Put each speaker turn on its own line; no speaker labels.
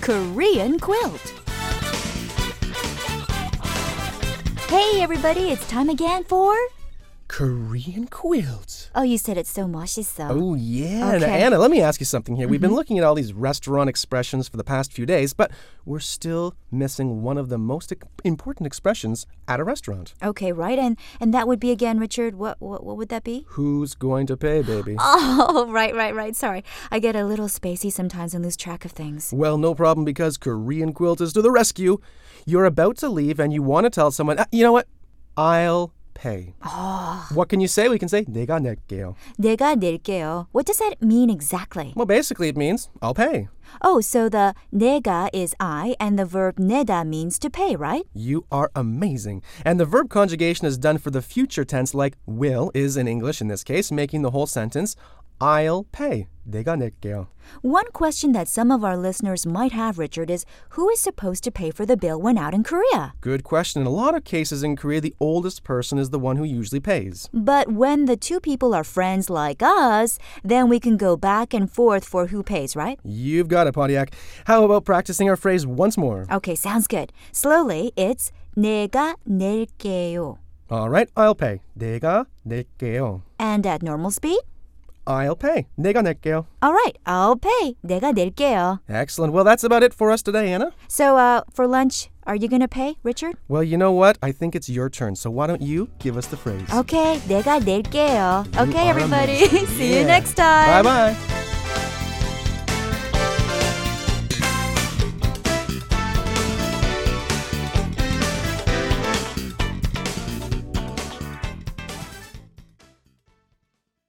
Korean quilt. Hey, everybody, it's time again for.
Korean quilts.
Oh, you said it so 맛있어.
Oh, yeah. Now,
Okay.
Anna, let me ask you something here. We've been looking at all these restaurant expressions for the past few days, but we're still missing one of the most ec- important expressions at a restaurant.
Okay, right, and and that would be again, Richard. What what what would that be?
Who's going to pay, baby?
Oh, right, right, right. Sorry, I get a little spacey sometimes and lose track of things.
Well, no problem because Korean Quilt is to the rescue. You're about to leave and you want to tell someone, "Ah, you know what? I'll pay. What can you say? We can say, 내가 낼게요.
내가 낼게요. What does that mean exactly?
Well, basically, it means, I'll pay.
Oh, so the 내가 is I, and the verb 내다 means to pay, right?
You are amazing. And the verb conjugation is done for the future tense, like will is in English in this case, making the whole sentence, I'll pay. 내가 낼게요.
One question that some of our listeners might have, Richard, is who is supposed to pay for the bill when out in Korea?
Good question. In a lot of cases in Korea, the oldest person is the one who usually pays.
But when the two people are friends like us, then we can go back and forth for who pays, right?
You've got it, Pontiac. How about practicing our phrase once more?
Okay, sounds good. Slowly, it's 내가 낼게요.
All right, I'll pay. 내가 낼게요.
And at normal speed?
I'll pay. 내가 낼게요.
All right, I'll pay. 내가 낼게요.
Excellent. Well, that's about it for us today, Anna.
So, uh, for lunch, are you gonna pay, Richard?
Well, you know what? I think it's your turn. So why don't you give us the phrase?
Okay, 내가 낼게요.
You
Okay,
are
everybody.
amazing.
See you
Yeah.
next time.
Bye bye.